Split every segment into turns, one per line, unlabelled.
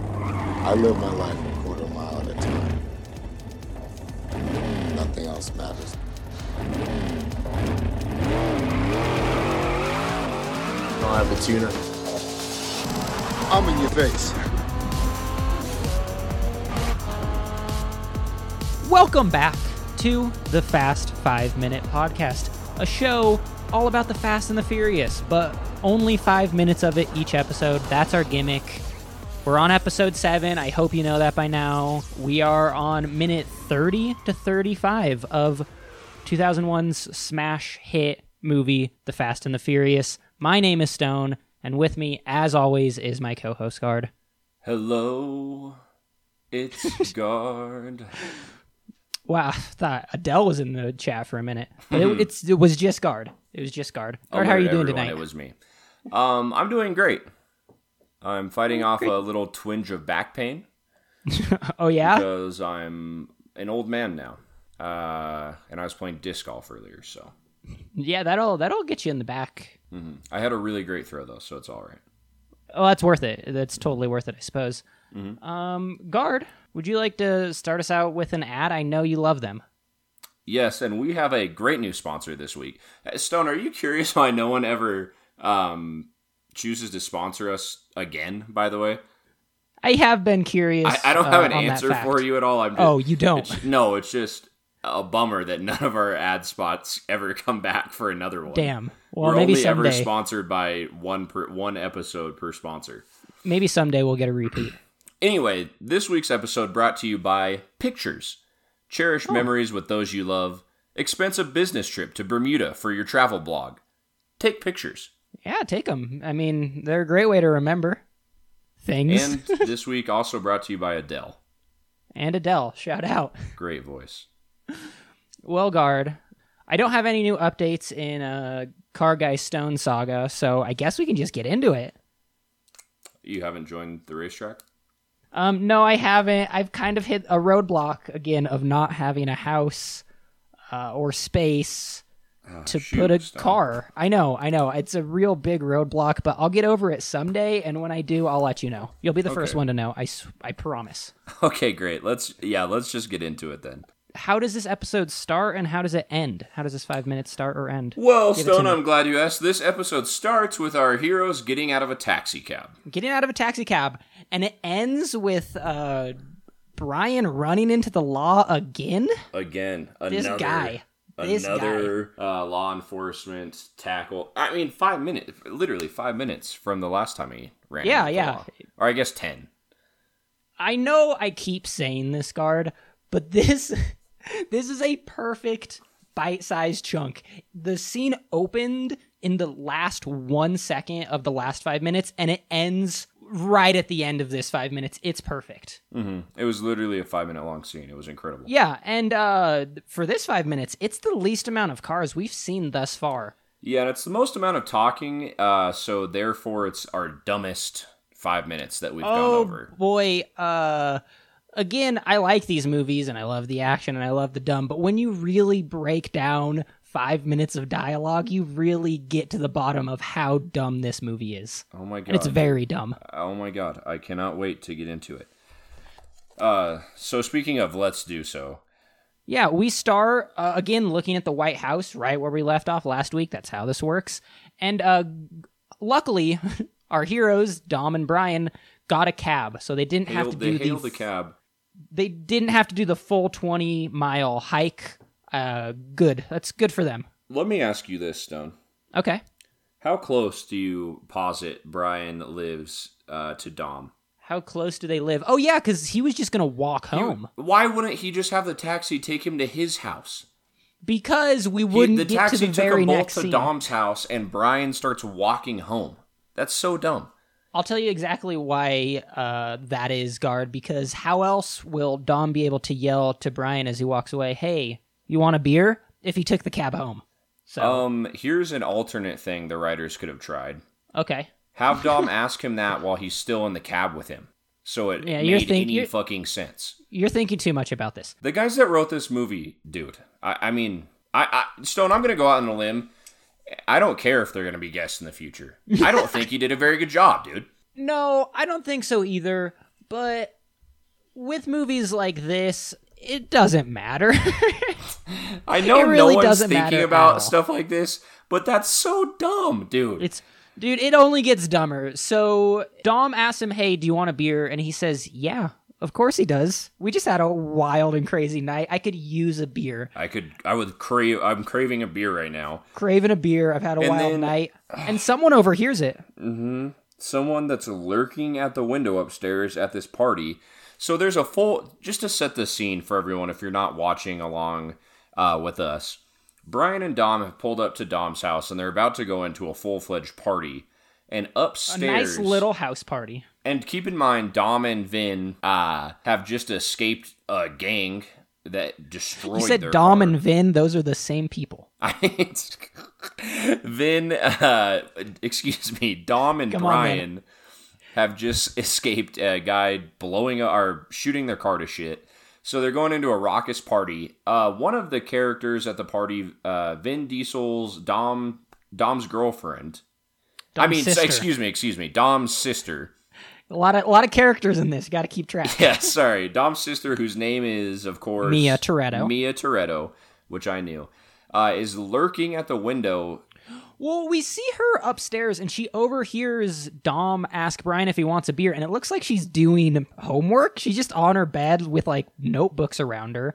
I live my life a quarter mile at a time. Nothing else matters. I have a tuner. I'm in your face.
Welcome back to the Fast Five Minute Podcast, a show all about the Fast and the Furious, but only five minutes of it each episode. That's our gimmick. We're on episode seven. I hope you know that by now. We are on minute 30 to 35 of 2001's smash hit movie, The Fast and the Furious. My name is Stone, and with me, as always, is my co host, Guard.
Hello, it's Guard.
Wow, I thought Adele was in the chat for a minute. But it, it's, it was just guard. It was just guard. Guard, how are you
Alert
doing
Mm-hmm. Oh,
tonight?
everyone, It was me. Um, I'm doing great. I'm fighting off a little twinge of back pain
oh yeah,
because I'm an old man now, uh, and I was playing disc golf earlier. So
yeah. That'll that'll get you in the back.
Mhm. I had a really great throw though, so it's all right.
Oh, that's worth it. That's totally worth it, I suppose.
Mm-hmm.
Um, guard, would you like to start us out with an ad? I know you love them.
Yes, and we have a great new sponsor this week. Uh, Stone, are you curious why no one ever um, chooses to sponsor us again? By the way,
I have been curious.
I, I don't
uh,
have an
on that
answer for
fact.
you at all. I'm just,
Oh, you don't.
It's- no, it's just a bummer that none of our ad spots ever come back for another one.
Damn. Well,
We're
maybe
only ever
someday.
sponsored by one per one episode per sponsor.
Maybe someday we'll get a repeat.
Anyway, this week's episode brought to you by Pictures.
Oh.
Cherish memories with those you love. Expensive business trip to Bermuda for your travel blog. Take pictures.
yeah, take them. I mean, they're a great way to remember things.
And this week also brought to you by Adele.
and Adele, shout out.
Great voice.
Well, guard. I don't have any new updates in uh, Car Guy Stone Saga, so I guess we can just get into it.
You haven't joined the racetrack?
Um, no, I haven't. I've kind of hit a roadblock again of not having a house uh, or space to
Oh, shoot,
put a
Stone.
car. I know, I know. It's a real big roadblock, but I'll get over it someday. And when I do, I'll let you know. You'll be the first
Okay.
one to know. I, s- I promise.
Okay, great. Let's yeah, let's just get into it then.
How does this episode start and how does it end? How does this five minutes start or end?
Well,
Give it to
Stone,
me.
I'm glad you asked. This episode starts with our heroes getting out of a taxi cab.
getting out of a taxi cab and it ends with uh Brian running into the law again.
Again, another
This guy. This guy.
another Uh, law enforcement tackle. I mean, five minutes, literally five minutes from the last time he ran.
Yeah,
into the
yeah.
law. or I guess ten.
I know I keep saying this guard, but this this is a perfect bite-sized chunk. The scene opened in the last 1 second of the last 5 minutes and it ends right at the end of this 5 minutes. It's perfect.
It was literally a five minute long scene. It was incredible.
Yeah, and uh for this 5 minutes, it's the least amount of cars we've seen thus far.
Yeah, and it's the most amount of talking. Uh, so therefore, it's our dumbest five minutes that we've gone
oh,
over.
Boy, uh again, I like these movies and I love the action and I love the dumb, but when you really break down 5 minutes of dialogue, you really get to the bottom of how dumb this movie is.
Oh my god!
And it's very dumb.
Oh my god, I cannot wait to get into it. Uh, so speaking of let's do so.
Yeah, we start uh, again looking at the White House, right where we left off last week. That's how this works. And uh, luckily, our heroes, Dom and Brian, got a cab, so they didn't have
Hail-
to
they
do
hail
the
the cab.
they didn't have to do the full 20 mile hike uh good that's good for them
Let me ask you this, Stone.
okay
How close do you posit Brian lives uh, to Dom?
how close do they live oh yeah because he was just gonna walk home
Why wouldn't he just have the taxi take him to his house?
because we
He-
wouldn't
the
get
taxi
to the
took
very
them both
next
to
scene
Dom's house, and Brian starts walking home. That's so dumb.
i'll tell you exactly why uh that is guard because how else will dom be able to yell to brian as he walks away hey you want a beer if he took the cab home so
Um, here's an alternate thing the writers could have tried.
okay
Have Dom ask him that while he's still in the cab with him. So it
Yeah,
made
you're think-
any
you're-
fucking sense.
you're thinking too much about this
The guys that wrote this movie, dude. I, I mean, I, I Stone. I'm gonna go out on a limb. I don't care if they're gonna be guests in the future. I don't think he did a very good job, dude.
No, I don't think so either. But with movies like this, it doesn't matter.
I know
really
no one's
doesn't matter
thinking
at all.
about stuff like this, but that's so dumb, dude.
it's dude, it only gets dumber. So Dom asks him, "Hey, do you want a beer?" And he says, "Yeah." Of course he does. We just had a wild and crazy night. I could use a beer.
I could, I would crave, I'm craving a beer right now.
Craving a beer. I've had a
And
wild
then-
night. And someone overhears it.
someone that's lurking at the window upstairs at this party. So there's a full, just to set the scene for everyone if you're not watching along uh, with us, Brian and Dom have pulled up to Dom's house and they're about to go into a full fledged party. And
A nice
upstairs,
little house party.
and keep in mind, Dom and Vin uh, have just escaped a gang that destroyed.
You said
their
Dom
car.
and Vin, those are the same people.
Vin, uh, excuse me, Dom and
Come on, man.
Brian have just escaped a guy blowing a, or shooting their car to shit. So they're going into a raucous party. Uh, one of the characters at the party, uh, Vin Diesel's Dom Dom's girlfriend. I
Dom's
mean,
sister.
excuse me, excuse me, Dom's sister.
A lot of a lot of characters in this. Got to keep track.
Yeah, sorry. Dom's sister, whose name is, of course,
Mia Toretto.
Mia Toretto, which I knew, uh, is lurking at the window.
Well, we see her upstairs and she overhears Dom ask Brian if he wants a beer and it looks like she's doing homework. She's just on her bed with like notebooks around her.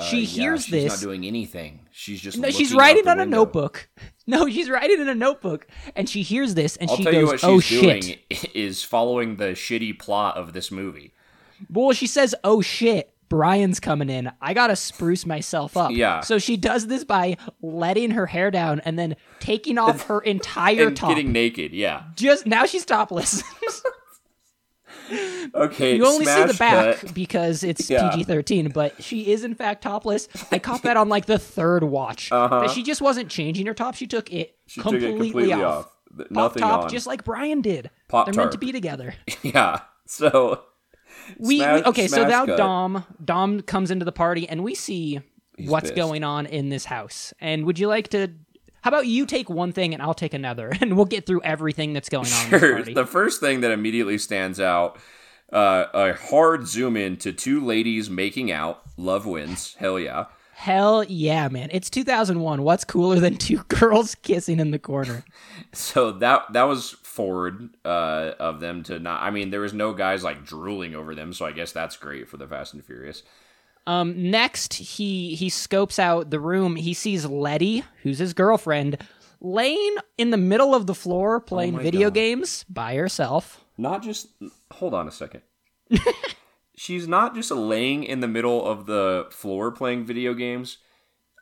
she
Uh, Yeah,
hears
she's
this.
Not doing anything. She's just.
no, she's
looking out
writing
the
on a
window.
notebook. No, she's writing in a notebook and she hears this and
I'll
she
tell
goes,
you what she's
"Oh
doing
shit."
is following the shitty plot of this movie.
Well, she says, "Oh shit, Brian's coming in. I gotta spruce myself up."
Yeah.
So she does this by letting her hair down and then taking off her entire
and
top.
getting naked. Yeah.
Just now, she's topless.
Okay.
you only see
smash
the back
cut.
because it's
Yeah.
PG thirteen, but she is in fact topless. I caught that on like the third watch. That she just wasn't changing her top; she took it,
Uh-huh. She took it
completely,
completely
off.
off. Th-
Pop
Nothing
top,
on.
just like Brian did. They're meant
Pop-Tart.
to be together.
yeah. So
we,
Smash-
we- okay so
smash
now
cut.
dom dom comes into the party and we see what's
pissed.
going on in this house and would you like to how about you take one thing and i'll take another and we'll get through everything that's going on in this
Sure.
party.
The first thing that immediately stands out uh, a hard zoom in to two ladies making out. Love wins. Hell yeah.
hell yeah man it's 2001 what's cooler than two girls kissing in the corner
So that that was forward uh, of them to not. I mean, there was no guys like drooling over them. So I guess that's great for the Fast and Furious.
um next he he scopes out the room he sees letty who's his girlfriend laying in the middle of the floor playing
my
video
God.
games by herself
Not just. Hold on a second. She's not just laying in the middle of the floor playing video games.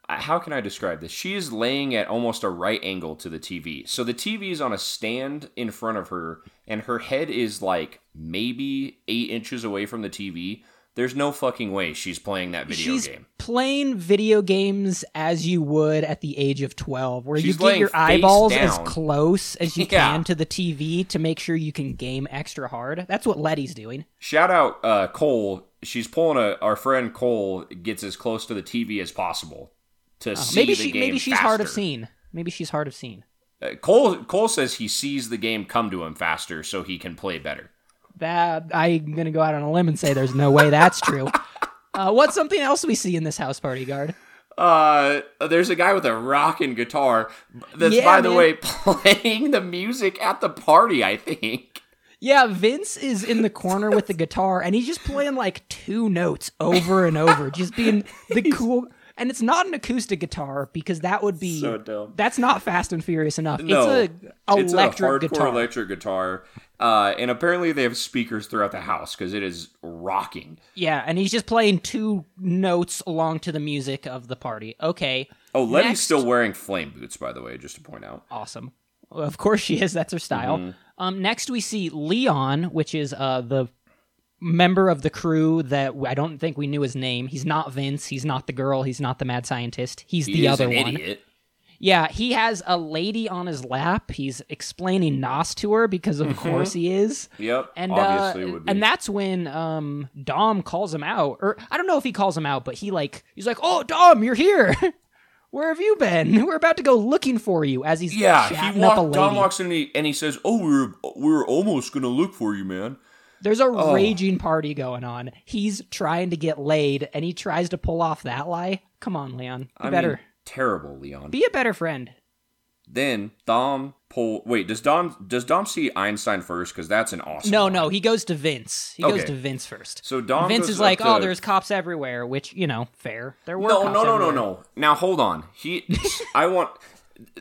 I- How can I describe this? She is laying at almost a right angle to the TV. So the TV is on a stand in front of her, and her head is like maybe eight inches away from the TV. There's no fucking way she's playing that video
she's
game.
playing video games as you would at the age of 12 where
She's
you get
laying
your
face
eyeballs
down.
as close as you
Yeah.
can to the tv to make sure you can game extra hard that's what letty's doing
Shout out uh, Cole. She's pulling a our friend Cole gets as close to the TV as possible to
Uh,
see
maybe
the
she
game
maybe she's hard of
faster.
seeing maybe she's hard of seeing
Uh, Cole Cole says he sees the game come to him faster so he can play better.
that i'm gonna go out on a limb and say there's no way that's true uh, what's something else we see in this house party guard
Uh, there's a guy with a rockin' guitar that's
Yeah,
by the
man.
way playing the music at the party. I think.
yeah vince is in the corner with the guitar and he's just playing like two notes over and over just being the cool and it's not an acoustic guitar because that would be
dumb.
That's not Fast and Furious enough.
No,
it's a
it's a
electric
hardcore
guitar.
electric guitar. Uh, and apparently they have speakers throughout the house because it is rocking.
yeah, and he's just playing two notes along to the music of the party. Okay,
Oh, Letty's
Next-
still wearing flame boots, by the way, just to point out.
awesome. Well, of course she is. That's her style.
Mm-hmm.
Um, next we see Leon, which is uh the member of the crew that I don't think we knew his name. He's not Vince. He's not the girl. He's not the mad scientist. He's
He
the
is
other
an
one.
idiot.
Yeah, he has a lady on his lap. He's explaining Nos to her because, of
Mm-hmm.
course, he is.
Yep,
and
obviously
uh,
would be.
and that's when um Dom calls him out, or I don't know if he calls him out, but he like he's like, "Oh, Dom, you're here. Where have you been? We're about to go looking for you." As he's
yeah, he
chatting up a
walked,
lady.
Don walks in and he, and he says, "Oh, we were we were almost gonna look for you, man."
There's a raging party going on. He's trying to get laid, and he tries to pull off that lie. Come on, Leon. Be
I
better.
mean, terrible, Leon.
Be a better friend.
then Dom pull. Wait, does Dom does Dom see Einstein first? Because that's an awesome.
No,
line.
no, he goes to Vince. He goes
Okay.
to Vince first.
So Dom
Vince
goes
is like,
up
"Oh,
to-
there's cops everywhere," which you know, fair. There were
No,
cops
no, no, no,
everywhere.
no. Now hold on. He, I want.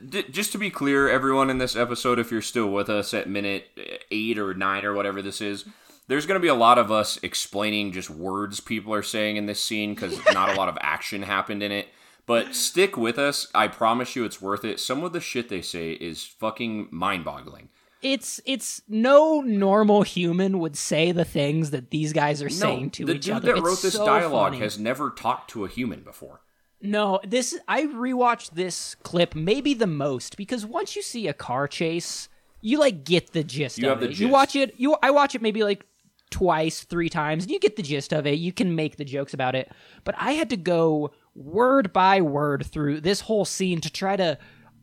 D- just to be clear, everyone in this episode, if you're still with us at minute eh, eight or nine or whatever this is, there's going to be a lot of us explaining just words people are saying in this scene because not a lot of action happened in it. But stick with us. I promise you it's worth it. Some of the shit they say is fucking mind boggling.
It's it's no normal human would say the things that these guys are saying to
the
each
dude
other.
that
It's
wrote this
so
dialogue
funny.
has never talked to a human before.
No, this I rewatched this clip maybe the most because once you see a car chase, you like get the gist
You
of
have the
it. You
gist.
watch it, you I watch it maybe like twice, three times, and you get the gist of it. You can make the jokes about it. But I had to go word by word through this whole scene to try to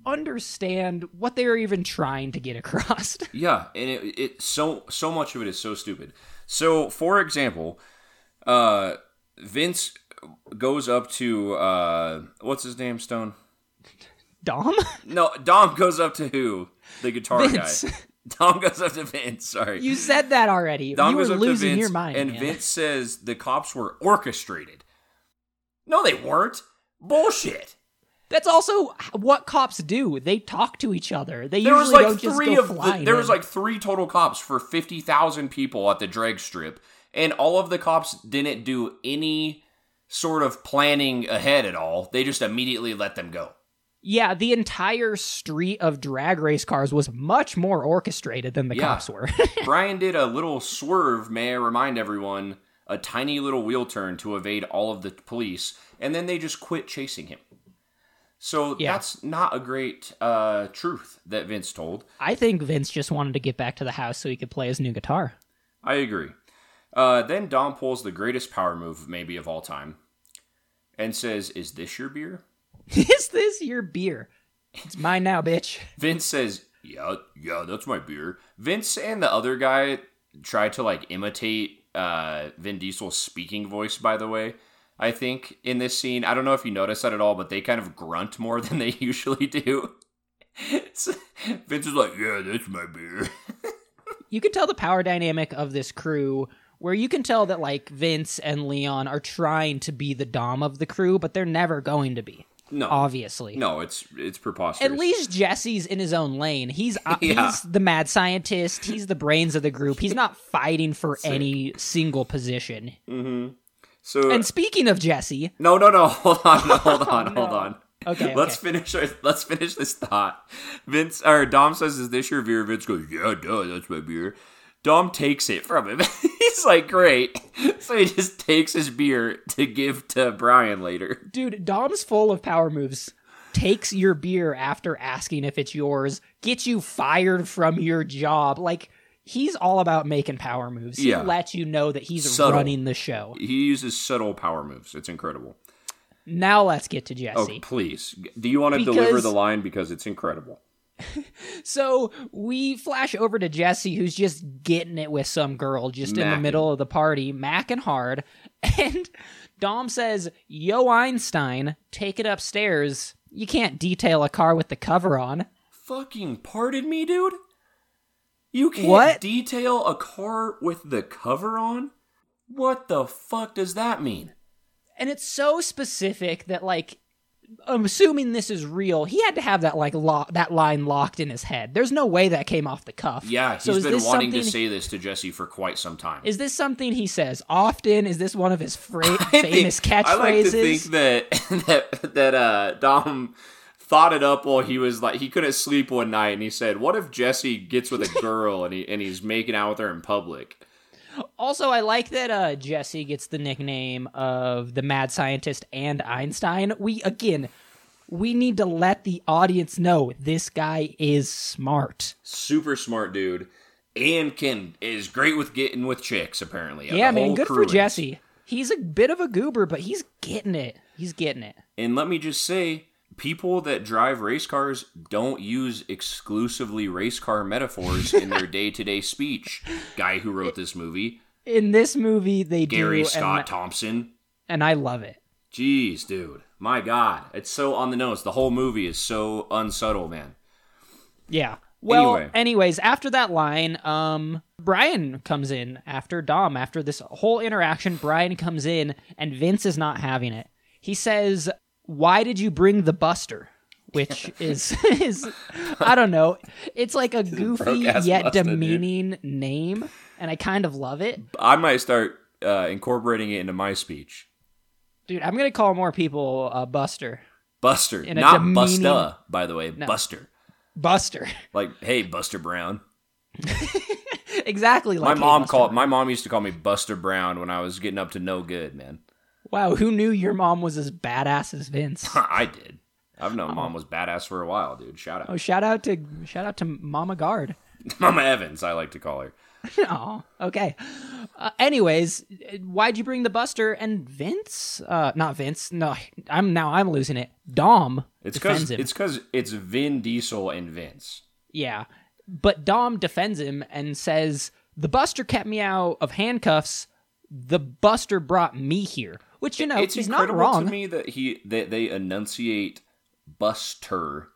understand what they were even trying to get across.
Yeah, and it, it so so much of it is so stupid. So, for example, uh, Vince goes up to uh, what's his name, Stone?
Dom?
No, Dom goes up to who? The guitar
Vince.
guy. Dom goes up to Vince. Sorry,
You said that already.
Dom
you were
goes up
losing
to Vince,
your mind.
and
man.
Vince says the cops were orchestrated. No, they weren't. Bullshit.
That's also h- what cops do. They talk to each other. They
There was
usually
like
don't just
three
go
of the,
flying.
there
in.
was like three total cops for fifty thousand people at the drag strip, and all of the cops didn't do any sort of planning ahead at all. They just immediately let them go.
yeah, the entire street of drag race cars was much more orchestrated than the
Yeah.
cops were.
Brian did a little swerve, may I remind everyone, a tiny little wheel turn to evade all of the police, and then they just quit chasing him. So
Yeah.
that's not a great uh, truth that Vince told.
I think Vince just wanted to get back to the house so he could play his new guitar.
I agree. Uh, then Dom pulls the greatest power move, maybe of all time, and says, Is this your beer?
Is this your beer? It's mine now, bitch.
Vince says, Yeah, yeah, that's my beer. Vince and the other guy try to like imitate uh, Vin Diesel's speaking voice, by the way. I think in this scene, I don't know if you noticed that at all, but they kind of grunt more than they usually do. So, Vince is like, Yeah, that's my beer.
You can tell the power dynamic of this crew where you can tell that like Vince and Leon are trying to be the dom of the crew, but they're never going to be.
No.
Obviously.
No, it's it's preposterous.
At least Jesse's in his own lane. He's uh,
Yeah.
he's the mad scientist. He's the brains of the group. He's not fighting for any single position.
so
And speaking of Jesse,
No, no, no. Hold on. No, hold on. Hold on.
Oh, Okay,
Let's finish. Our, let's finish this thought. Vince or Dom says, "Is this your beer?" Vince goes, "Yeah, duh, that's my beer." Dom takes it from him. He's like, "Great." So he just takes his beer to give to Brian later.
dude, Dom's full of power moves. Takes your beer after asking if it's yours. Gets you fired from your job. Like he's all about making power moves.
Yeah.
He lets you know that he's
Subtle.
running the show.
He uses subtle power moves. It's incredible.
Now let's get to Jesse.
Oh, please. Do you want to deliver
Because-
the line because it's incredible?
So we flash over to Jesse, who's just getting it with some girl just in the
Mackin'.
middle of the party, macking hard. And Dom says, Yo, Einstein, take it upstairs. You can't detail a car with the cover on.
Fucking pardon me, dude. You can't
What?
detail a car with the cover on? What the fuck does that mean?
And it's so specific that, like, I'm assuming this is real. He had to have that like lo- that line locked in his head. There's no way that came off the cuff.
Yeah, he's
so is
been
this
wanting to
something-
say this to Jesse for quite some time.
Is this something he says often? Is this one of his fra-
I think-
famous catchphrases?
I like to think that that that uh, Dom thought it up while he was like he couldn't sleep one night, and he said, "What if Jesse gets with a girl and he and he's making out with her in public?"
Also, I like that uh, Jesse gets the nickname of the mad scientist and Einstein. We again, we need to let the audience know this guy is smart.
Super smart dude, and can is great with getting with chicks. Apparently,
yeah,
The
man,
whole
good
crew
for
is.
Jesse. He's a bit of a goober, but he's getting it. He's getting it.
And let me just say, people that drive race cars don't use exclusively race car metaphors in their day-to-day speech. Guy who wrote this movie,
In this movie, they do,
Gary
and-
Scott Thompson.
and I love it.
Jeez, dude. My God. It's so on the nose. The whole movie is so unsubtle, man.
Yeah. Well,
Anyway.
anyways, after that line, um, Brian comes in after Dom, after this whole interaction, Brian comes in and Vince is not having it. He says, Why did you bring the buster? Which is is I don't know. It's like a goofy
broke-ass
yet
buster, dude.
demeaning name, and I kind of love it.
I might start uh, incorporating it into my speech.
Dude, I'm gonna call more people uh, Buster.
Buster,
In a
not
demeaning-
Busta, by the way. Buster.
Buster.
Like, hey, Buster Brown.
exactly like
my
hey,
mom
Buster.
called. My mom used to call me Buster Brown when I was getting up to no good, man.
Wow, who knew your mom was as badass as Vince?
I did. I've known mom was badass for a while, dude. Shout out,
Oh, shout out to shout out to Mama Guard.
Mama Evans. I like to call her.
oh, okay. Uh, anyways, why'd you bring the Buster and Vince? Uh, not Vince. No, I'm now I'm losing it. Dom
It's
defends
because
him.
it's because it's Vin Diesel and Vince.
Yeah, but Dom defends him and says the Buster kept me out of handcuffs. The Buster brought me here, which you know
it's
Oh, he's not
incredible
wrong.
to me that he that they enunciate Buster.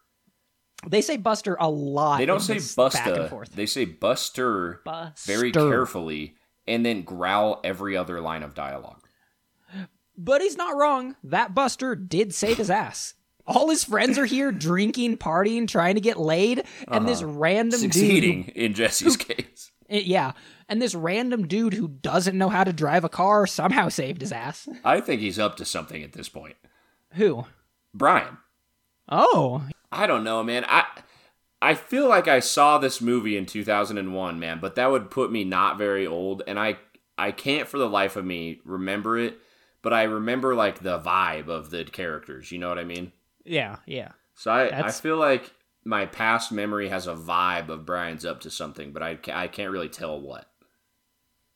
They say Buster a lot.
They don't
in
say
this back and
Busta.
forth.
They say Buster very
Buster.
carefully, and then growl every other line of dialogue.
But he's not wrong. That Buster did save his ass. All his friends are here drinking, partying, trying to get laid, and this random
Uh-huh. Succeeding in Jesse's case.
dude, eh, yeah, and this random dude who doesn't know how to drive a car somehow saved his ass.
I think he's up to something at this point.
Who?
Brian,
Oh,
I don't know, man. I I feel like I saw this movie in 2001, man, but that would put me not very old and I I can't for the life of me remember it, but I remember like the vibe of the characters, you know what I mean?
yeah, yeah.
So I I
That's-
feel like my past memory has a vibe of Brian's up to something, but I ca- I can't really tell what.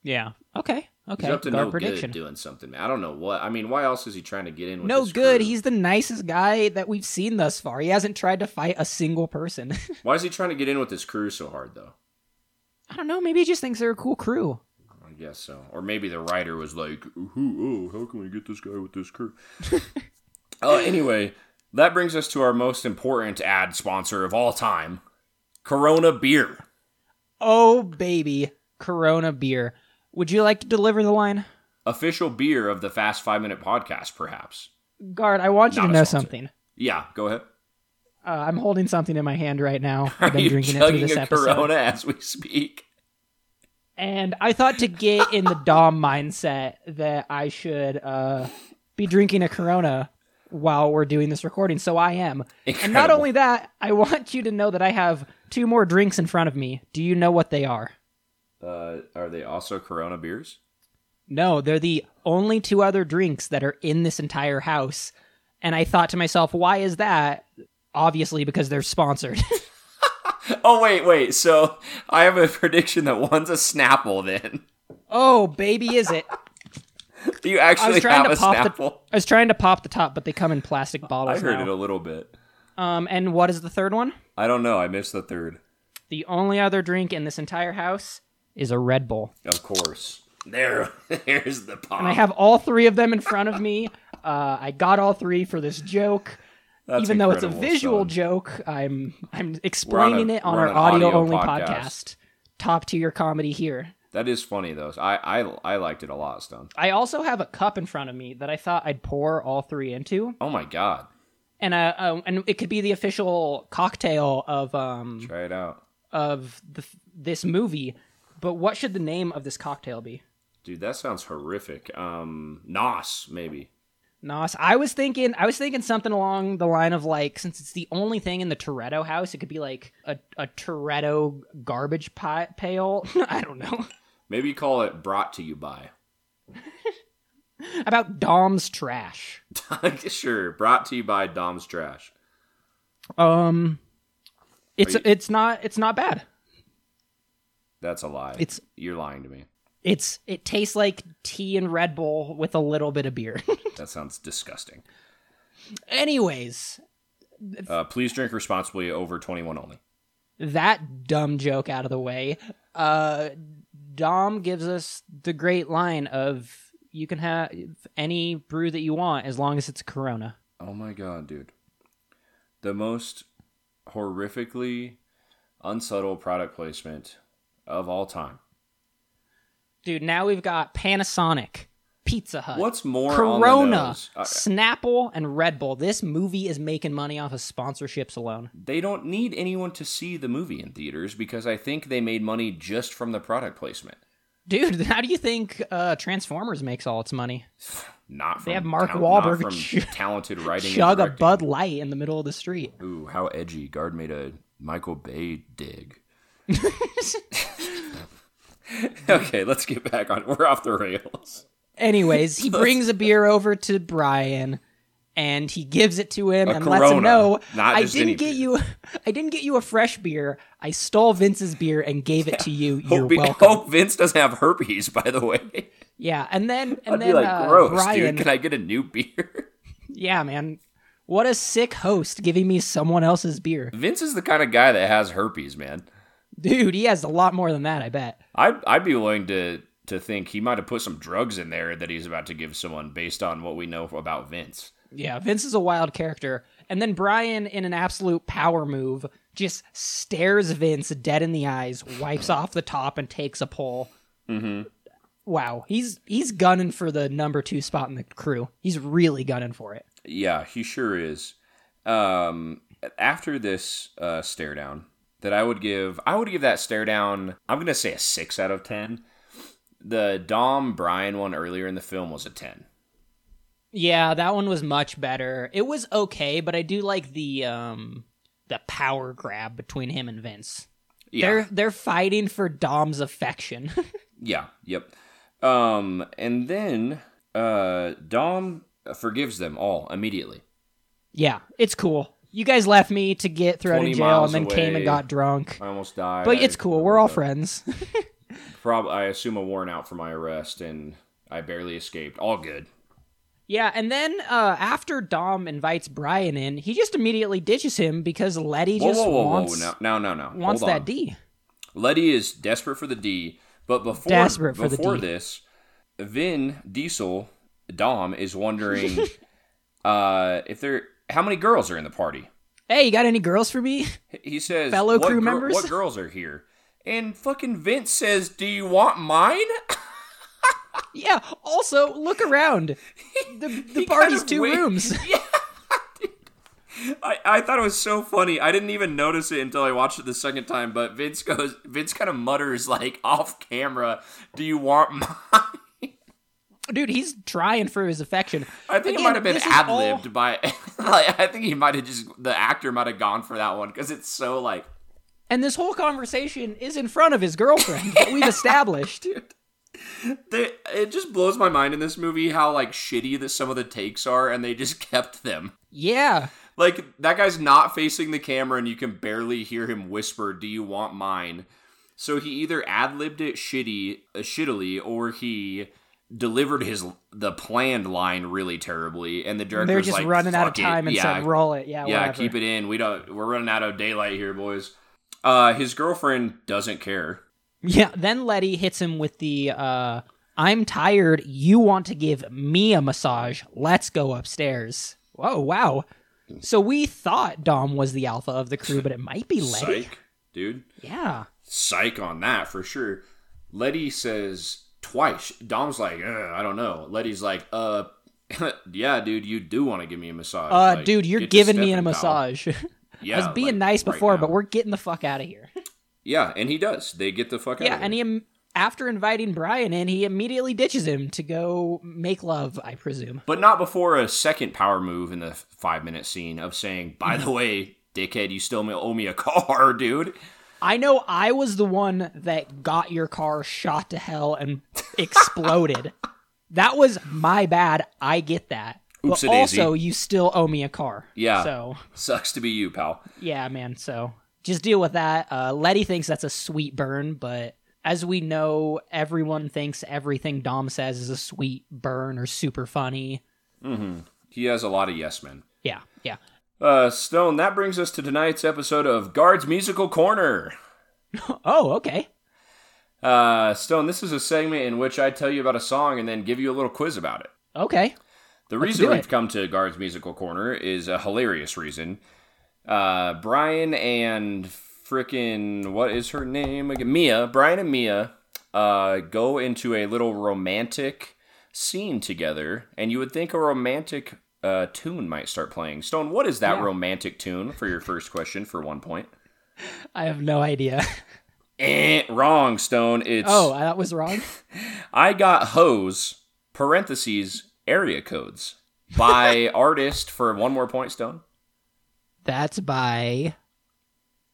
Yeah. Okay. Okay.
He's up to
Guard
no
prediction.
good doing something. Man. I don't know what. I mean, why else is he trying to get in with
no
this
good.
crew?
He's the nicest guy that we've seen thus far. He hasn't tried to fight a single person.
Why is he trying to get in with this crew so hard though?
I don't know. Maybe he just thinks they're a cool crew.
I guess so. Or maybe the writer was like, "Who? Oh, how can we get this guy with this crew?" uh, anyway, that brings us to our most important ad sponsor of all time, Corona beer.
Oh baby, Corona beer. Would you like to deliver the line?
Official beer of the Fast Five Minute Podcast, perhaps.
Guard, I want you
Not
to
a
know
sponsor.
something.
Yeah, go ahead.
Uh, I'm holding something in my hand right now. I've been
You're
drinking it through
chugging
this
a
episode.
Corona as we speak.
And I thought to get in the Dom mindset that I should uh, be drinking a Corona while we're doing this recording. So I am. And not
Incredible.
only that, I want you to know that I have two more drinks in front of me. Do you know what they are?
Uh, are they also Corona beers?
No, they're the only two other drinks that are in this entire house. And I thought to myself, why is that? Obviously, because they're sponsored.
Oh wait, wait. So I have a prediction that one's a Snapple. Then
oh, baby, is it?
you actually
trying
have
to
a
pop the-
Snapple.
I was trying to pop the top, but they come in plastic
I
bottles
heard
now.
it a little bit.
Um, and what is the third one?
I don't know. I missed the third.
The only other drink in this entire house is a Red Bull.
Of course. There, there's the pop.
And I have all three of them in front of me. Uh, I got all three for this joke.
That's
Even though it's a
incredible,
visual
son.
joke, I'm I'm explaining it on
we're
our
on an
audio, only
audio podcast.
podcast. Top tier comedy here.
that is funny though. I, I I liked it a lot, Stone.
I also have a cup in front of me that I thought I'd pour all three into,
Oh my god,
and uh, uh and it could be the official cocktail of um
try it out,
of the, this movie. But what should the name of this cocktail be?
dude. That sounds horrific. Um, Nos maybe.
Nos. I was thinking I was thinking something along the line of like since it's the only thing in the Toretto house, it could be like a, a Toretto garbage pi- pail. I don't know.
Maybe call it brought to you by.
About Dom's trash.
sure, brought to you by Dom's Trash.
Um it's
Are you-
it's not it's not bad.
That's a lie.
It's-
you're lying to me.
It's it tastes like tea and Red Bull with a little bit of beer.
That sounds disgusting.
Anyways,
Uh, please drink responsibly over 21 only.
that dumb joke out of the way, uh, Dom gives us the great line of you can have any brew that you want as long as it's Corona.
Oh my god, dude. The most horrifically unsubtle product placement of all time.
Dude, now we've got Panasonic, Pizza Hut,
What's more on the
Corona,
nose? Uh,
Snapple, and Red Bull. This movie is making money off of sponsorships alone.
they don't need anyone to see the movie in theaters because I think they made money just from the product placement.
Dude, how do you think uh, Transformers makes all its money?
Not from
They have Mark
not
Wahlberg
from
chug-
talented writing. and
Chug a
directing.
Bud Light in the middle of the street.
Ooh, how edgy! Guard made a Michael Bay dig. okay, let's get back on. We're off the rails.
Anyways, he brings a beer over to Brian and he gives it to him
A
and lets
Corona,
him know
not
I
just
didn't
any
get
beer."
you I didn't get you a fresh beer. I stole Vince's beer and gave it to you. You're
hope, we-
welcome.
hope Vince doesn't have herpes, by the way.
Yeah, and then and
I'd
then
be like,
uh,
gross,
Brian
dude. Can I get a new beer?
Yeah, man. What a sick host giving me someone else's beer.
Vince is the kind of guy that has herpes, man.
Dude, he has a lot more than that, I bet.
I'd, I'd be willing to to think he might have put some drugs in there that he's about to give someone based on what we know about Vince.
Yeah, Vince is a wild character. And then Brian, in an absolute power move, just stares Vince dead in the eyes, wipes off the top, and takes a pull. Mm-hmm. Wow, he's he's gunning for the number two spot in the crew. He's really gunning for it.
Yeah, he sure is. Um, after this uh, stare down, that I would give, I would give that stare down. I'm gonna say a six out of ten. The Dom Brian one earlier in the film was a ten.
Yeah, that one was much better. It was okay, but I do like the um the power grab between him and Vince.
Yeah.
They're they're fighting for Dom's affection.
Yeah. Yep. Um, and then uh, Dom forgives them all immediately.
yeah, it's cool. You guys left me to get thrown
20
in jail
miles
and then came and
away.
got drunk.
I almost died.
But
I-
it's cool. We're all friends.
Prob- I assume a warrant out for my arrest, and I barely escaped. All good.
yeah, and then uh, after Dom invites Brian in, he just immediately ditches him because Letty
Whoa,
just
whoa, whoa,
wants,
whoa! No, no, no, no!
wants
Hold on.
that D.
Letty is desperate for the D, but before
Desperate for the
before
D.
this, Vin Diesel Dom is wondering uh, if there how many girls are in the party.
Hey, you got any girls for me?
He says,
Fellow
"What
crew
gir-
members?"
what girls are here?" And fucking Vince says, "Do you want mine?"
yeah. Also, look around. The, the
He
party's
kind of
two
waved-
rooms.
Yeah. I, I thought it was so funny. I didn't even notice it until I watched it the second time. But Vince goes, Vince kind of mutters like off camera, "Do you want mine?"
Dude, he's trying for his affection.
I think
Again,
it might have been
this is all-
ad libbed by. like, I think he might have just the actor might have gone for that one because it's so like
And this whole conversation is in front of his girlfriend that we've established.
they, it just blows my mind in this movie how like shitty that some of the takes are and they just kept them.
Yeah.
Like that guy's not facing the camera and you can barely hear him whisper, "Do you want mine?" So he either ad libbed it shitty, uh, shittily, or he delivered his the planned line really terribly, and the director's
They're just
like,
running out of
"Fuck it,
time and
yeah,
said, roll it. Yeah,
yeah,
whatever.
keep it in. We don't. We're running out of daylight here, boys. Uh, his girlfriend doesn't care.
Yeah, then Letty hits him with the uh I'm tired, you want to give me a massage. Let's go upstairs. Whoa, wow. So we thought Dom was the alpha of the crew, but it might be Letty.
Psych, dude.
Yeah.
Psych on that for sure. Letty says twice. Dom's like, "Uh, I don't know. Letty's like, uh, yeah, dude, you do want to give me a massage.
Uh
Like,
dude, you're
get to
giving me a
stepping, Dom.
massage.
Yeah,
I was being
like,
nice
right
before,
now.
but we're getting the fuck out of here.
yeah, and he does. They get the fuck out.
yeah,
of
and
here.
he im- after inviting Brian in, he immediately ditches him to go make love, I presume.
but not before a second power move in the five minute scene of saying, by the way, dickhead, you still owe me a car, dude.
I know I was the one that got your car shot to hell and exploded. that was my bad. I get that. but
Oopsie-daisy.
also, you still owe me a car.
Yeah.
So,
Sucks to be you, pal.
yeah, man. So, just deal with that. Uh, Letty thinks that's a sweet burn, but as we know, everyone thinks everything Dom says is a sweet burn or super funny.
He has a lot of yes men.
Yeah, yeah.
Uh, Stone, that brings us to tonight's episode of Guards Musical Corner.
Oh, okay.
Uh, Stone, this is a segment in which I tell you about a song and then give you a little quiz about it.
Okay.
The
Let's
reason
do
we've
it.
come to Guards Musical Corner is a hilarious reason. Uh, Brian and frickin' what is her name again? Mia. Brian and Mia uh, go into a little romantic scene together, and you would think a romantic uh, tune might start playing. Stone, what is that
Yeah.
romantic tune for your first question for one point?
I have no idea.
Eh, wrong, Stone. It's
Oh, that was wrong.
I got hose parentheses area codes by artist for one more point stone.
That's by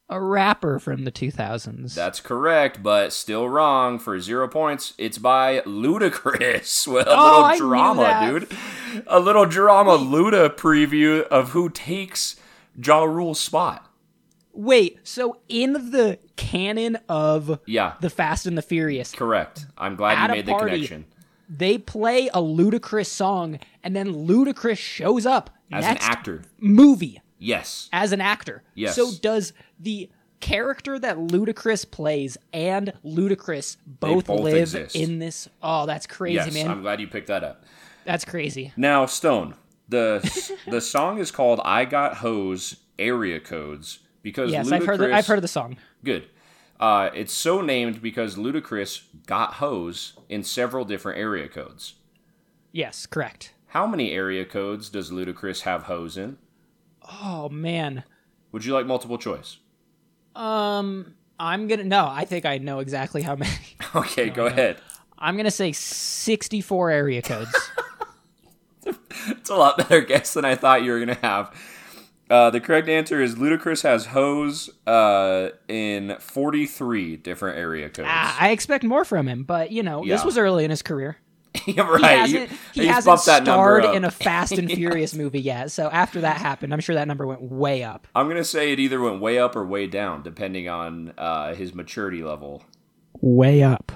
a rapper from the 2000s.
That's correct, but still wrong for zero points. It's by Ludacris. Well, a
Oh,
little
I knew
drama,
that.
dude. A little drama Luda preview of who takes Ja Rule's spot.
Wait, so in the canon of
Yeah,
The Fast and the Furious,
correct. I'm glad
At a
you made the
party.
connection.
they play a ludicrous song and then ludicrous shows up
As
next
an actor.
movie
Yes.
as an actor.
Yes.
So does the character that Ludacris plays and Ludacris both,
both
live
exist.
in this Oh, that's crazy,
Yes,
man.
I'm glad you picked that up.
That's crazy.
Now, Stone, the the song is called "I Got Hose Area Codes" because
Yes,
Ludacris,
I've heard the, I've heard of the song.
good. Uh, it's so named because Ludacris got hose in several different area codes.
Yes, correct.
How many area codes does Ludacris have hose in?
Oh man.
Would you like multiple choice?
Um I'm going to no, I think I know exactly how many.
Okay,
Oh,
go ahead.
I'm going to say 64 area codes.
It's a lot better guess than I thought you were gonna have. Uh, the correct answer is Ludacris has hose uh, in 43 different area codes.
Ah, I expect more from him, but you know, this
Yeah.
was early in his career.
Yeah,
He
right. You-
hasn't, he
you
hasn't
bumped that number
starred
up.
in a Fast and Furious movie yet. So after that happened, I'm sure that number went way up.
I'm gonna say it either went way up or way down, depending on uh, his maturity level.
Way up.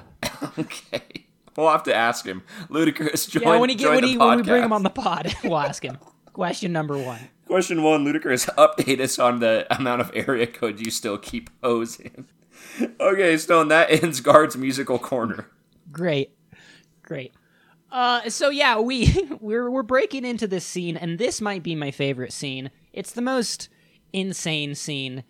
Okay, we'll have to ask him. Ludacris, join,
Yeah, when he get,
join
when,
the
he, when we bring him
podcast.
on the pod, we'll ask him. Question number one.
Question one, Ludacris, update us on the amount of area code you still keep O's in. Okay, Stone, that ends Guard's musical corner.
Great, great. Uh, so yeah, we we're we're breaking into this scene, and this might be my favorite scene. It's the most insane scene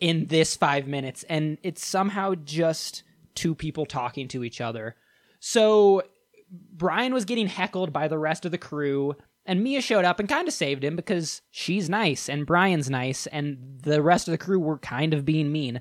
in this five minutes, and it's somehow just two people talking to each other. So Brian was getting heckled by the rest of the crew, and Mia showed up and kind of saved him because she's nice and Brian's nice, and the rest of the crew were kind of being mean.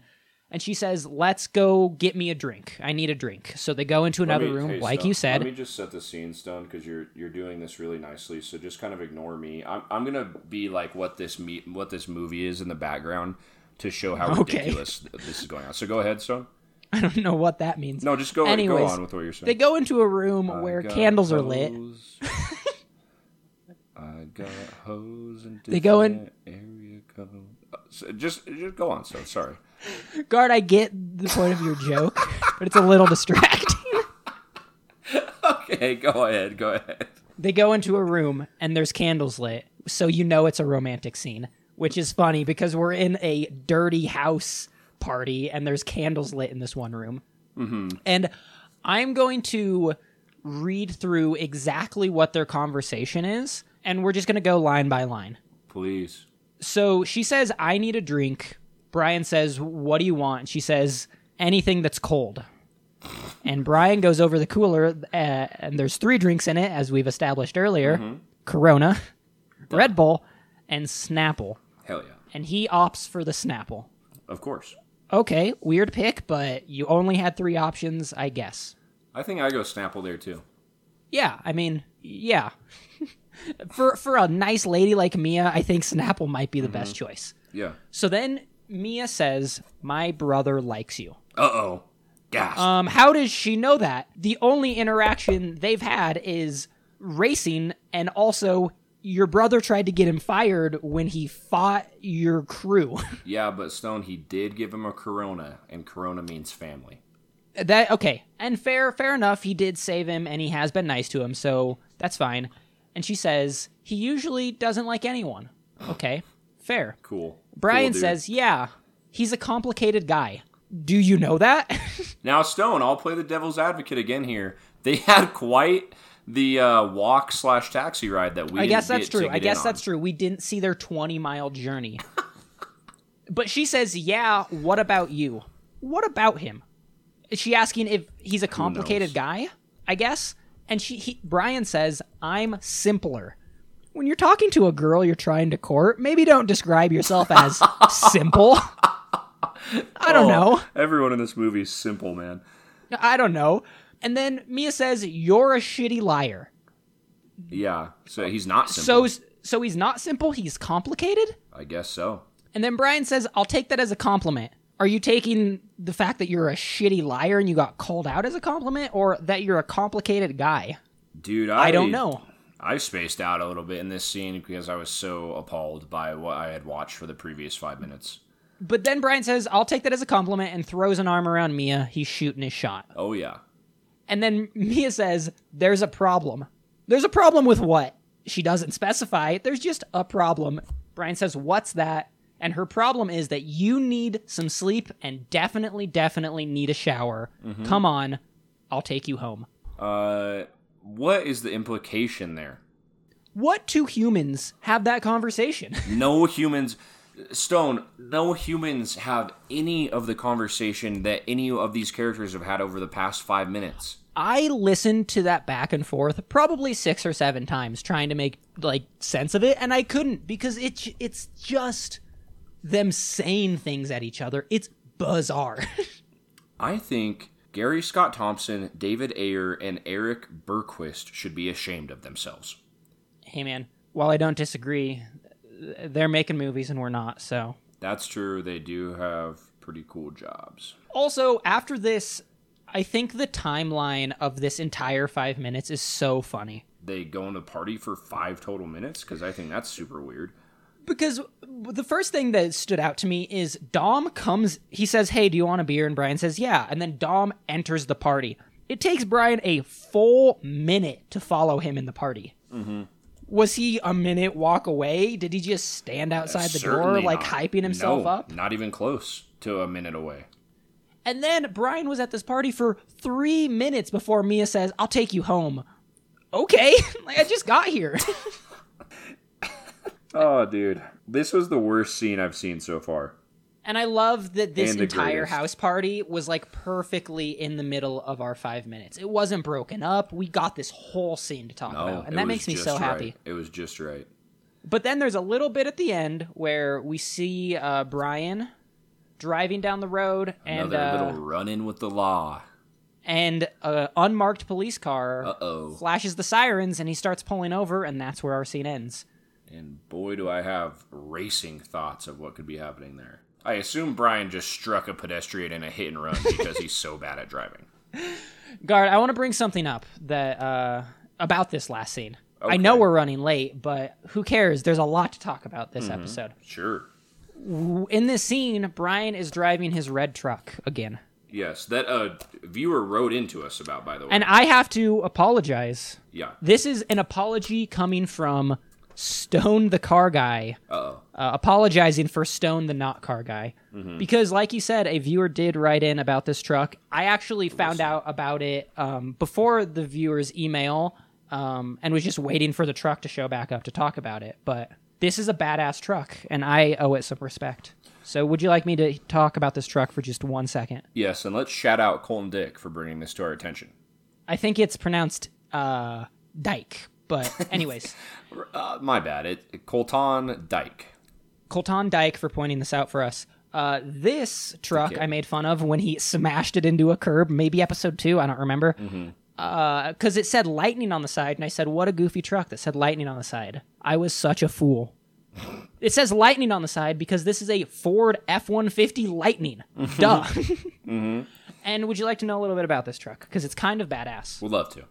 And she says, Let's go get me a drink. I need a drink. So they go into another room, like you said.
Let me just set the scene, Stone, because you're you're doing this really nicely. So just kind of ignore me. I'm, I'm gonna be like what this me- what this movie is in the background to show how
Okay.
ridiculous th- this is going on. So go ahead, Stone.
I don't know what that means.
No, just go, go
Anyways,
on with what you're saying.
They go into a room
I
where
got
candles are lit.
hose. I got hose and
They go in-
area code. Uh, so just just go on, Stone. Sorry.
Guard, I get the point of your joke, but it's a little distracting.
Okay, go ahead. Go ahead.
they go into a room and there's candles lit so you know it's a romantic scene which is funny because we're in a dirty house party and there's candles lit in this one room mm-hmm. and i'm going to read through exactly what their conversation is and we're just going to go line by line
Please.
so she says i need a drink brian says what do you want she says anything that's cold and brian goes over the cooler uh, and there's three drinks in it as we've established earlier corona red bull and snapple
Hell yeah.
and he opts for the snapple
Of course.
okay weird pick but you only had three options i guess
I think I go Snapple there too.
yeah i mean yeah for for a nice lady like mia i think snapple might be the best choice
Yeah.
So then Mia says, My brother likes you.
Uh oh. Gosh.
Um, how does she know that? The only interaction they've had is racing and also your brother tried to get him fired when he fought your crew.
yeah, but Stone, he did give him a Corona, and Corona means family.
that okay. And fair fair enough, he did save him and he has been nice to him, so that's fine. And she says, He usually doesn't like anyone. Okay. fair.
Cool.
Brian
Cool, dude.
says, yeah, he's a complicated guy. Do you know that?
Now, Stone, I'll play the devil's advocate again here. They had quite the uh, walk slash taxi ride that we.
I guess
didn't
that's
get to
true. I
get in
guess
on.
that's true. We didn't see their 20 mile journey. but she says, Yeah, what about you? What about him? Is she asking if he's a complicated
knows?
guy? I guess. And she he, Brian says, I'm simpler. When you're talking to a girl you're trying to court, maybe don't describe yourself as simple. I
Oh.
don't know.
Everyone in this movie is simple, man.
I don't know. And then Mia says, You're a shitty liar.
Yeah. So he's not
So
simple.
So so he's not simple, he's complicated?
I guess so.
And then Brian says, I'll take that as a compliment. Are you taking the fact that you're a shitty liar and you got called out as a compliment or that you're a complicated guy?
Dude, I,
I don't know.
I spaced out a little bit in this scene because I was so appalled by what I had watched for the previous five minutes.
But then Brian says, I'll take that as a compliment and throws an arm around Mia. He's shooting his shot.
Oh yeah.
And then Mia says, There's a problem. There's a problem with what? She doesn't specify. There's just a problem. Brian says, What's that? And her problem is that you need some sleep and definitely, definitely need a shower. Come on, I'll take you home.
Uh, what is the implication there?
What two humans have that conversation?
No humans, Stone. No humans have any of the conversation that any of these characters have had over the past five minutes.
I listened to that back and forth probably six or seven times trying to make like sense of it, and I couldn't because it's it's just them saying things at each other. It's bizarre.
I think Gary Scott Thompson, David Ayer, and Eric Burquist should be ashamed of themselves.
hey man, while I don't disagree, th- they're making movies and we're not. So
That's true. They do have pretty cool jobs.
also after this, I think the timeline of this entire five minutes is so funny.
They go on a party for five total minutes because I think that's super weird.
because the first thing that stood out to me is Dom comes. He says, "Hey, do you want a beer?" And Brian says, "Yeah." And then Dom enters the party. It takes Brian a full minute to follow him in the party. Mm-hmm. Was he a minute walk away? Did he just stand outside the door,
Uh, Certainly
like
not-
hyping himself
no,
up?
Not even close to a minute away.
And then Brian was at this party for three minutes before Mia says, "I'll take you home." Okay, like I just got here.
Oh, dude, this was the worst scene I've seen so far.
And I love that this
And the
entire
greatest.
house party was like perfectly in the middle of our five minutes. It wasn't broken up. We got this whole scene to talk
No,
about. And
Oh, it
that
was
makes me
just
so
right.
happy.
It was just right.
But then there's a little bit at the end where we see uh, Brian driving down the road and
Another
uh,
little run in with the law.
and an unmarked police car
Uh oh.
flashes the sirens and he starts pulling over and that's where our scene ends.
And boy, do I have racing thoughts of what could be happening there. I assume Brian just struck a pedestrian in a hit and run because he's so bad at driving.
Guard, I want to bring something up that uh, about this last scene. I know
Okay.
we're running late, but who cares? There's a lot to talk about this episode.
Sure.
In this scene, Brian is driving his red truck again.
Yes, that a viewer wrote into us about, by the way.
And I have to apologize.
yeah.
This is an apology coming from Stone the car guy,
Uh oh.
uh, apologizing for Stone the not car guy. Because, like you said, a viewer did write in about this truck. I actually found out about it um, before the viewer's email um, and was just waiting for the truck to show back up to talk about it. But this is a badass truck, and I owe it some respect. So, would you like me to talk about this truck for just one second?
Yes, and let's shout out Colton Dick for bringing this to our attention.
I think it's pronounced uh, Dyke. But anyways,
Uh, my bad. It Colton Dyke.
Colton Dyke for pointing this out for us. Uh, this truck I made fun of when he smashed it into a curb, maybe episode two, I don't remember. Because it said lightning on the side, and I said, "What a goofy truck that said lightning on the side." I was such a fool. It says lightning on the side because this is a Ford F one fifty Lightning. Duh. And would you like to know a little bit about this truck? Because it's kind of badass.
Would love to.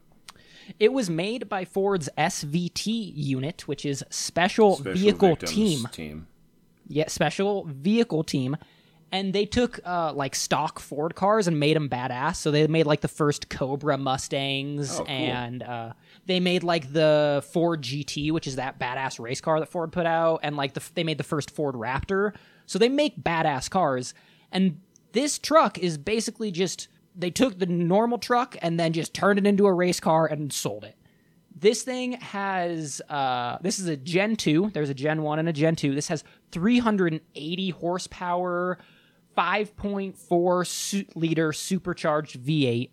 It was made by Ford's SVT unit, which is Special,
Special
Vehicle
Victims
Team.
Team.
Yeah, Special Vehicle Team. and they took uh, like stock Ford cars and made them badass. So they made like the first Cobra Mustangs,
Oh, cool.
and uh, they made like the Ford GT, which is that badass race car that Ford put out, and like the, they made the first Ford Raptor. So they make badass cars, and this truck is basically just they took the normal truck and then just turned it into a race car and sold it. This thing has uh, this is a Gen 2. There's a Gen 1 and a Gen 2. This has 380 horsepower, 5.4 su- liter supercharged V8.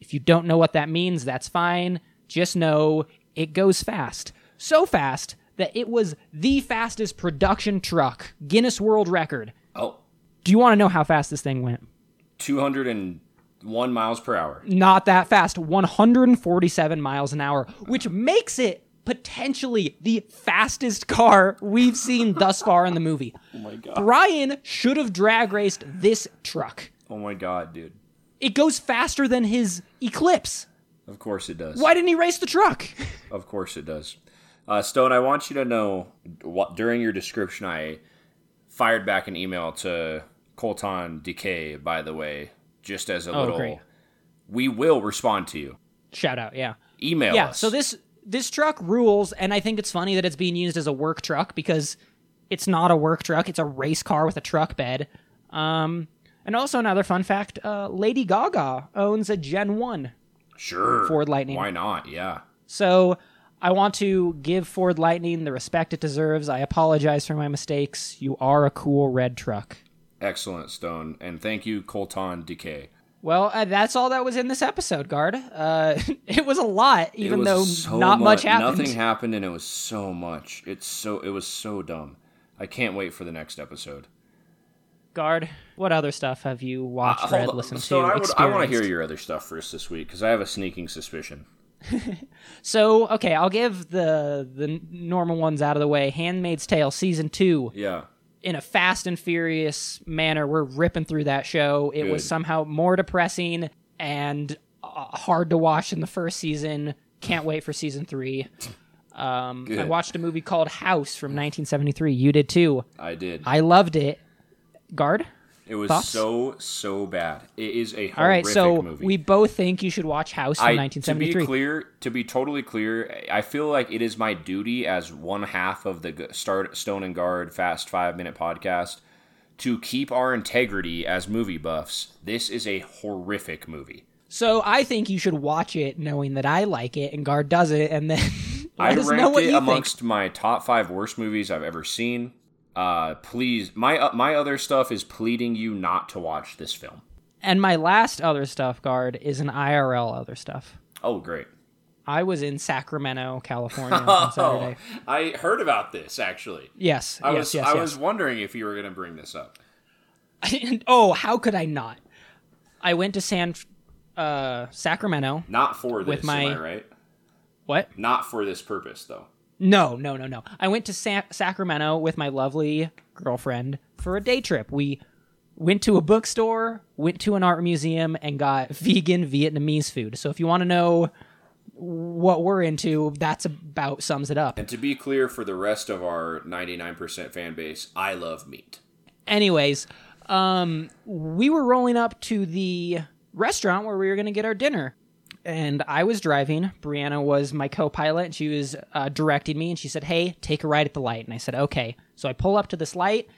If you don't know what that means, that's fine. Just know it goes fast. So fast that it was the fastest production truck, Guinness World Record.
Oh,
Do you want to know how fast this thing went?
201 miles per hour.
not that fast 147 miles an hour which makes it potentially the fastest car we've seen thus far in the movie oh my god brian should have drag raced this truck
Oh my god, dude.
it goes faster than his eclipse
Of course it does.
why didn't he race the truck
Of course it does. Uh, Stone, I want you to know what, during your description, I fired back an email to Colton Decay, by the way, just as a little.
Oh, great.
We will respond to you.
shout out yeah
Email
yeah
us.
so this this truck rules and i think it's funny that it's being used as a work truck because it's not a work truck it's a race car with a truck bed um and also another fun fact uh, lady gaga owns a gen 1
sure.
Ford Lightning.
Why not? Yeah.
so i want to give ford lightning the respect it deserves i apologize for my mistakes you are a cool red truck
Excellent, Stone. And thank you, Colton Decay.
well, uh, that's all that was in this episode, Guard. Uh, it was a lot,
It
even
was
though
so
not
mu-
much happened.
Nothing happened, and it was so much. It's so. It was so dumb. I can't wait for the next episode.
Guard, what other stuff have you watched,
Uh,
read,
hold on.
listened
Stone,
to?
I, would, I want to
experienced?
hear your other stuff first this week because I have a sneaking suspicion.
So okay, I'll give the the normal ones out of the way. Handmaid's Tale season two,
Yeah.
in a fast and furious manner, we're ripping through that show. It was
Good.
somehow more depressing and uh, hard to watch in the first season. Can't wait for season three. Um, I
Good.
watched a movie called House from 1973. You did too.
I did.
I loved it. Guard.
it was
thoughts?
so so bad. It is a horrific
All right, so
movie.
we both think you should watch House from
I, to be
1973.
clear, to be totally clear, I feel like it is my duty as one half of the G- Start Stone and Guard Fast Five Minute Podcast to keep our integrity as movie buffs. This is a horrific movie.
So I think you should watch it knowing that I like it and Guard does it, and then let
I
us know
ranked
what
it
you
amongst my top five worst movies I've ever seen. Uh, please, my uh, my other stuff is pleading you not to watch this film.
think. And my last other stuff, Guard, is an IRL other stuff.
Oh, great!
I was in Sacramento, California on Saturday.
I heard about this actually.
Yes,
I
yes,
was
yes,
I
yes.
was wondering if you were going to bring this up.
And- oh, how could I not? I went to San uh, Sacramento.
Not for this,
With my-
am I right?
What?
Not for this purpose, though.
No, no, no, no. I went to Sa- Sacramento with my lovely girlfriend for a day trip. We went to a bookstore, went to an art museum, and got vegan Vietnamese food. So if you want to know what we're into, that's about sums it up.
And to be clear, for the rest of our 99% fan base, I love meat.
Anyways, um, we were rolling up to the restaurant where we were going to get our dinner. And I was driving. Brianna was my co pilot, and she was uh, directing me. And she said, Hey, take a ride at the light. And I said, Okay. So I pull up to this light.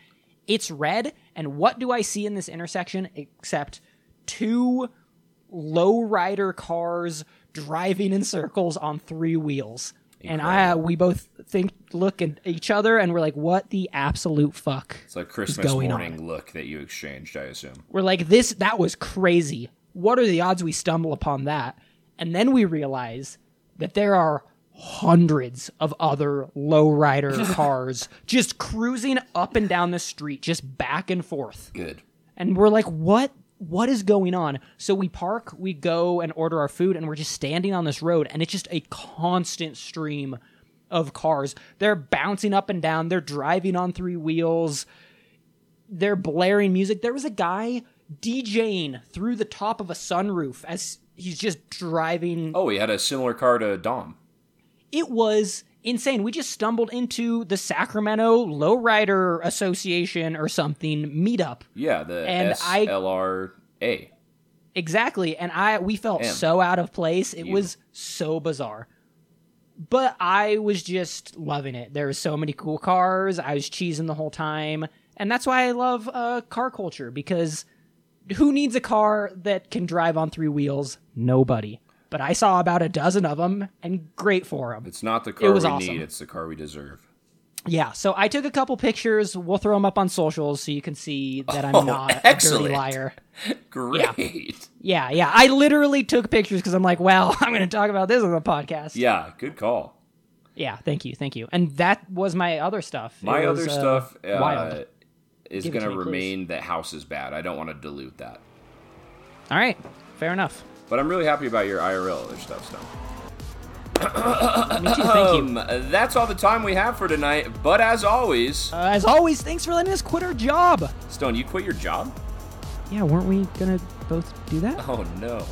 It's red. And what do I see in this intersection except two lowrider cars driving in circles on three wheels? And I, we both think, look at each other, and we're like, "What the absolute fuck?"
It's a Christmas
going
morning look that you exchanged, I assume.
We're like, this, that was crazy. What are the odds we stumble upon that? And then we realize that there are hundreds of other lowrider cars just cruising up and down the street, just back and forth.
Good.
And we're like, what? What is going on? So we park, we go and order our food, and we're just standing on this road, and it's just a constant stream of cars. They're bouncing up and down, they're driving on three wheels they're blaring music. There was a guy DJing through the top of a sunroof as he's just driving.
Oh, he had a similar car to Dom.
It was insane. We just stumbled into the Sacramento Lowrider Association or something meetup.
Yeah, the
And I-
SLRA.
Exactly. And I we felt
Damn.
so out of place. It
You.
was so bizarre. But I was just loving it. There was so many cool cars. I was cheesing the whole time. And that's why I love uh, car culture because who needs a car that can drive on three wheels? Nobody. But I saw about a dozen of them and great for them.
It's not the car
was
we
awesome.
need, it's the car we deserve.
Yeah, so I took a couple pictures. We'll throw them up on socials so you can see that I'm
Oh,
not a
excellent.
dirty liar.
Great.
Yeah, yeah. I literally took pictures because I'm like, well, I'm going to talk about this on the podcast.
Yeah, good call.
Yeah, thank you, thank you. And that was my other stuff. It
My
was,
other
uh,
stuff uh,
wild.
is
Give it
going
to
to
me, please.
remain that house is bad. I don't want to dilute that.
All right, fair enough.
But I'm really happy about your IRL other stuff, Stone.
Me too, thank you.
Um, that's all the time we have for tonight. But as always,
Uh, as always, thanks for letting us quit our job.
Stone, you quit your job?
Yeah, weren't we gonna both do that?
Oh no.